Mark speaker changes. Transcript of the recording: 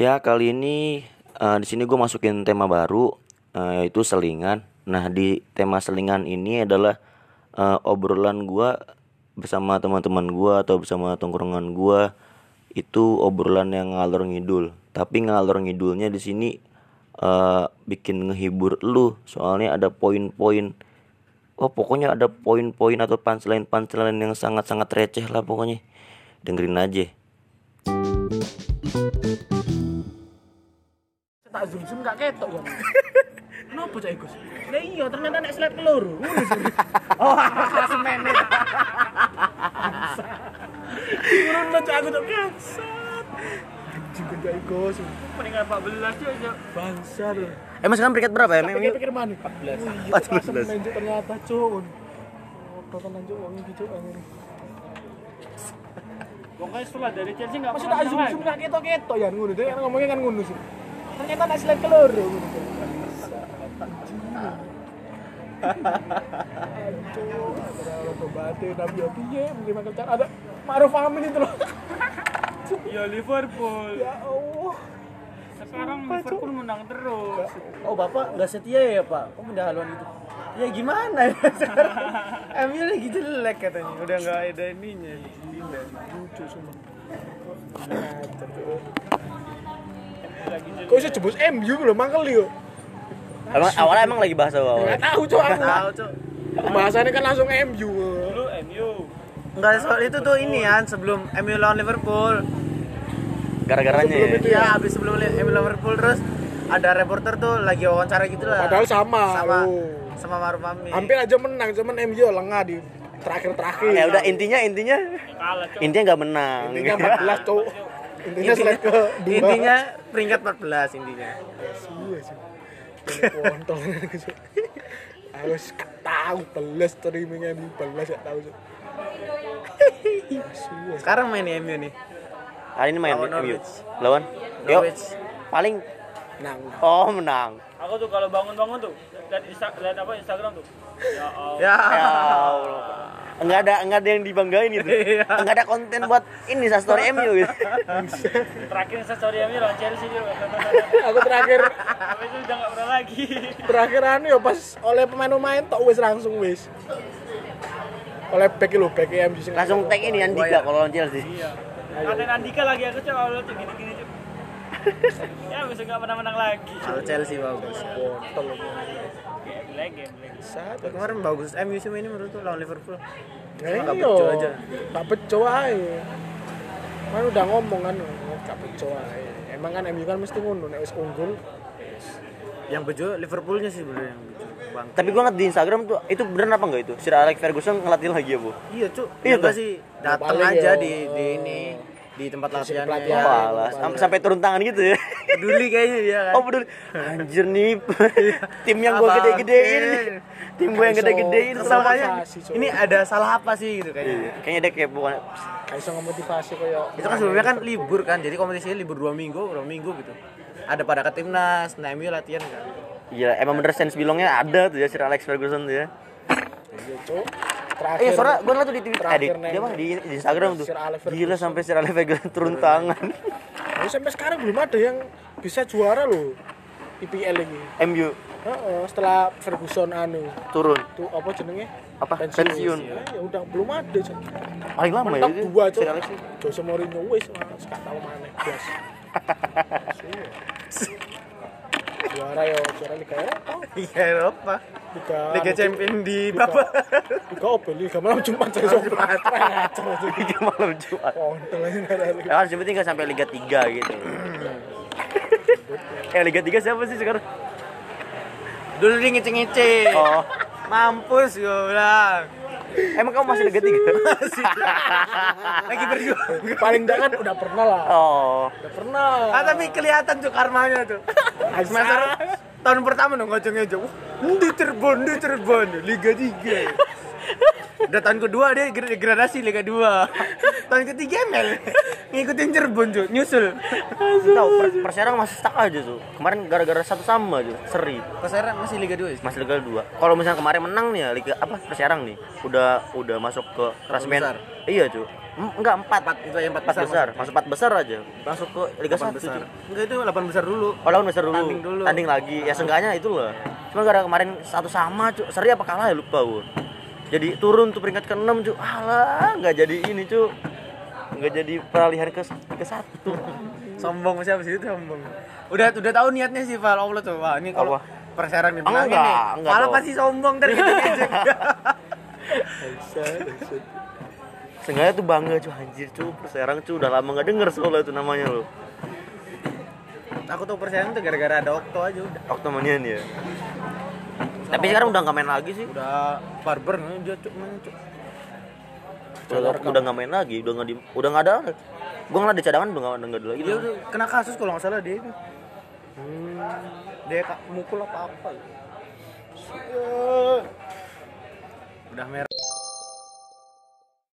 Speaker 1: Ya, kali ini eh, di sini gue masukin tema baru, eh, yaitu selingan. Nah, di tema selingan ini adalah eh, obrolan gue bersama teman-teman gue atau bersama tongkrongan gue itu obrolan yang ngalor ngidul. Tapi ngalor ngidulnya di sini eh, bikin ngehibur lu, soalnya ada poin-poin. Oh, pokoknya ada poin-poin atau punchline-punchline yang sangat-sangat receh lah pokoknya. Dengerin aja.
Speaker 2: tak zoom zoom gak ketok ya kenapa cak Igus lah iya ternyata nek slide keloro Ngono sih. oh ada semennya turun lo cak aku tuh kansat juga cak Igus peringkat 14 ya cak bangsa loh
Speaker 1: Emang sekarang peringkat berapa ya?
Speaker 2: pikir pikir mana 14 oh, iya,
Speaker 1: 14.
Speaker 2: 14 menunjuk ternyata cuy Total lanjut uang gitu angin.
Speaker 3: Pokoknya setelah dari Chelsea nggak
Speaker 2: Masih
Speaker 3: pernah
Speaker 2: tak
Speaker 3: menang
Speaker 2: zoom
Speaker 3: lagi.
Speaker 2: zoom gak ketok ketok ya ngono. Dia kan ngomongnya kan ngono sih. Ternyata nek slide keloro ngono. Tobatin tapi ya piye mungkin makan cara ada Maruf Amin itu loh.
Speaker 3: Ya Liverpool.
Speaker 2: Ya Allah.
Speaker 3: Sekarang Liverpool menang terus.
Speaker 4: Oh bapak nggak setia ya pak? Kok pindah haluan gitu? Ya gimana ya sekarang? MU lagi jelek katanya, udah nggak ada ininya. Gila,
Speaker 2: Lucu sumpah. Kacau, Cuk. Kok bisa jebus MU loh mangkel yo.
Speaker 1: Emang awalnya emang lagi bahas apa?
Speaker 2: Enggak tahu cok aku.
Speaker 4: Tahu cok?
Speaker 2: Bahasanya kan langsung MU.
Speaker 3: Dulu MU.
Speaker 4: Nggak soal itu tuh ini ya sebelum MU lawan Liverpool.
Speaker 1: Gara-garanya ya.
Speaker 2: Sebelum itu
Speaker 4: Iya habis sebelum li- MU lawan Liverpool terus ada reporter tuh lagi wawancara gitu lah.
Speaker 2: Padahal sama.
Speaker 4: sama
Speaker 2: loh.
Speaker 4: sama Maruf Amin.
Speaker 2: Hampir aja menang cuman MU lengah di terakhir-terakhir.
Speaker 1: Ya udah intinya intinya
Speaker 3: Kalah cok.
Speaker 1: intinya nggak menang.
Speaker 2: Intinya 14 cok. Intinya
Speaker 4: Intinya,
Speaker 2: slide ke dua.
Speaker 4: intinya peringkat 14 intinya.
Speaker 2: Iya sih. Kontol Harus tahu belas streamingnya di belas ya tahu sih. Suwe.
Speaker 4: Sekarang main ya MU nih.
Speaker 1: Hari ini main
Speaker 4: Lawan
Speaker 1: MU.
Speaker 4: Norwich.
Speaker 1: Lawan. Yo.
Speaker 4: Norwich.
Speaker 1: Paling
Speaker 4: Nah,
Speaker 2: Nang.
Speaker 1: oh menang.
Speaker 3: Aku tuh kalau bangun-bangun tuh lihat Insta- lihat apa Instagram tuh. Ya Allah.
Speaker 4: Ya.
Speaker 1: Ya Allah. Enggak ada enggak ada yang dibanggain gitu.
Speaker 4: Iya.
Speaker 1: Enggak ada konten buat ini sa story MU gitu.
Speaker 3: Terakhir saya story MU lawan Chelsea juga.
Speaker 2: Aku terakhir
Speaker 3: Tapi itu udah nggak pernah lagi.
Speaker 2: terakhir anu ya pas oleh pemain-pemain tok wis langsung wis. Oleh back lho back MU sing
Speaker 1: Langsung tag ini Andika kalau lawan Chelsea.
Speaker 3: Iya. Katain Andika lagi aku cok Allah tuh gini-gini cok. Ya besok nggak pernah menang lagi.
Speaker 4: Kalau Chelsea bagus.
Speaker 2: kontol.
Speaker 3: Game game black.
Speaker 2: Satu.
Speaker 4: Kemarin bagus MU sih mainnya menurutku lawan Liverpool.
Speaker 2: Nah,
Speaker 4: Cuma nggak
Speaker 2: iya.
Speaker 4: bejo aja.
Speaker 2: Nggak bejo aja. Kan udah ngomong kan gak bejo aja. Emang kan MU kan mesti ngono nek wis unggul
Speaker 4: Yang bejo Liverpoolnya sih bener yang bejo. Bang.
Speaker 1: Tapi gua ngeliat di Instagram tuh itu beneran apa enggak itu? Sir Alex Ferguson ngelatih lagi ya, Bu?
Speaker 4: Iya, Cuk.
Speaker 1: Iya,
Speaker 4: Iya
Speaker 1: Bang.
Speaker 4: sih datang
Speaker 2: Paling
Speaker 4: aja
Speaker 2: ya.
Speaker 4: di di ini di tempat latihan.
Speaker 2: pelatihan.
Speaker 4: Ya.
Speaker 1: Malas, Am- sampai turun tangan gitu ya.
Speaker 4: Peduli kayaknya dia kan.
Speaker 1: Oh peduli. Anjir nih tim yang gua
Speaker 4: Iya. Apa? Iya.
Speaker 1: gede-gedein. Tim gua yang gede-gedein
Speaker 2: Kesel
Speaker 1: sama
Speaker 4: Sangkanya,
Speaker 2: Motivasi, Cuk.
Speaker 4: ini ada salah apa sih gitu kayaknya.
Speaker 1: Kayaknya dia kayak bukan
Speaker 2: gak iso ngemotivasi koyo
Speaker 4: Itu kan sebelumnya kan libur kan, jadi kompetisinya libur dua minggu, dua minggu gitu. Ada pada ke timnas, nah MU latihan kan.
Speaker 1: Iya, emang bener sense bilongnya ada tuh ya Sir Alex Ferguson tuh ya.
Speaker 2: Iya, Cuk. Terakhir.
Speaker 4: Iya,
Speaker 1: Eh, soalnya gue ngeliat tuh di Twitter, eh, di,
Speaker 2: Terakhir, Neng.
Speaker 1: dia mah di, di Instagram tuh.
Speaker 2: Sir Alex Ferguson.
Speaker 1: Gila sampai Sir Alex Ferguson turun tangan.
Speaker 2: Tapi iya, sampai sekarang belum ada yang bisa juara loh IPL ini.
Speaker 1: MU
Speaker 2: Heeh, setelah Ferguson anu
Speaker 1: turun
Speaker 2: tuh apa jenenge?
Speaker 1: Apa? Pensiun.
Speaker 2: Ya, ya udah belum ada. Cuk.
Speaker 1: paling lama ya
Speaker 2: Mentok
Speaker 1: itu.
Speaker 2: dua cok.
Speaker 1: Sir Alex ini.
Speaker 2: Jose Mourinho wis wis gak tau maneh blas. Suwe. Juara yo, juara Liga Eropa.
Speaker 4: Liga Eropa,
Speaker 2: Liga
Speaker 4: Liga
Speaker 2: anu,
Speaker 4: Champion di
Speaker 2: Liga-
Speaker 4: babak.
Speaker 2: Liga apa? Liga malam Jumat cok. Kacau, Cuk.
Speaker 1: Itu malam Jumat.
Speaker 2: Kontol aja nggak ada
Speaker 1: Ya kan seperti nggak sampai Liga 3 gitu. eh Liga 3 siapa sih sekarang?
Speaker 4: Dulu dia ngece-ngece.
Speaker 1: Oh,
Speaker 4: Mampus gue bilang.
Speaker 1: emang kamu masih Liga 3?
Speaker 4: Masih. Lagi berjuang.
Speaker 2: paling enggak kan udah pernah lah
Speaker 1: Oh,
Speaker 2: udah pernah
Speaker 4: Ah tapi kelihatan tuh karmanya tuh. Semester tahun pertama dong ngocongnya aja. Wah, di Cirebon, di Cirebon, Liga 3. Udah tahun kedua dia ger- degradasi Liga 2 Tahun ketiga ML Ngikutin Cirebon cuy, nyusul
Speaker 1: Tahu per- Persera masih stuck aja tuh. Kemarin gara-gara satu sama aja, seri.
Speaker 4: Pasar masih Liga 2 ya?
Speaker 1: Masih Liga 2. Kalau misalnya kemarin menang nih ya Liga apa Perserang nih, udah udah masuk ke klasemen.
Speaker 4: besar.
Speaker 1: Iya, cuy. M- Enggak, empat.
Speaker 4: Empat, itu yang empat
Speaker 1: Empat
Speaker 4: besar
Speaker 1: besar. Masuk empat besar aja. Masuk ke Liga 1
Speaker 4: Delapan
Speaker 1: besar.
Speaker 4: besar Enggak itu 8 besar dulu
Speaker 1: Oh, lawan besar dulu.
Speaker 4: Tanding dulu.
Speaker 1: Tanding lagi. Ya seenggaknya itulah. Cuma gara kemarin satu sama, cuy. Seri apa kalah ya lupa gua. Jadi turun tuh peringkat ke-6, cuy. Alah, nggak jadi ini, cuy. Nggak jadi peralihan ke ke satu.
Speaker 4: Sombong siapa sih itu sombong Udah udah tahu niatnya sih Val Allah tuh Wah ini kalau
Speaker 1: Apa?
Speaker 4: perseran nih
Speaker 1: Enggak,
Speaker 4: menangin nih
Speaker 1: enggak
Speaker 4: Malah
Speaker 1: dong.
Speaker 4: pasti sombong dari aja
Speaker 1: Seenggaknya tuh bangga cuy anjir cuy Perserang cuy udah lama gak denger soalnya itu namanya lo
Speaker 4: Aku tuh perseran tuh gara-gara ada Okto aja udah
Speaker 1: Oktomanian ya Tapi sekarang udah gak main lagi sih
Speaker 4: Udah barber nih dia cuk mana cuk
Speaker 1: Udah, udah gak main lagi, udah gak, di, udah gak ada Gue ngeliat di cadangan udah gak, udah nggak ada lagi
Speaker 4: Dia udah kena kasus kalau nggak salah Hmm. dia itu Dia ka- mukul apa-apa Udah merah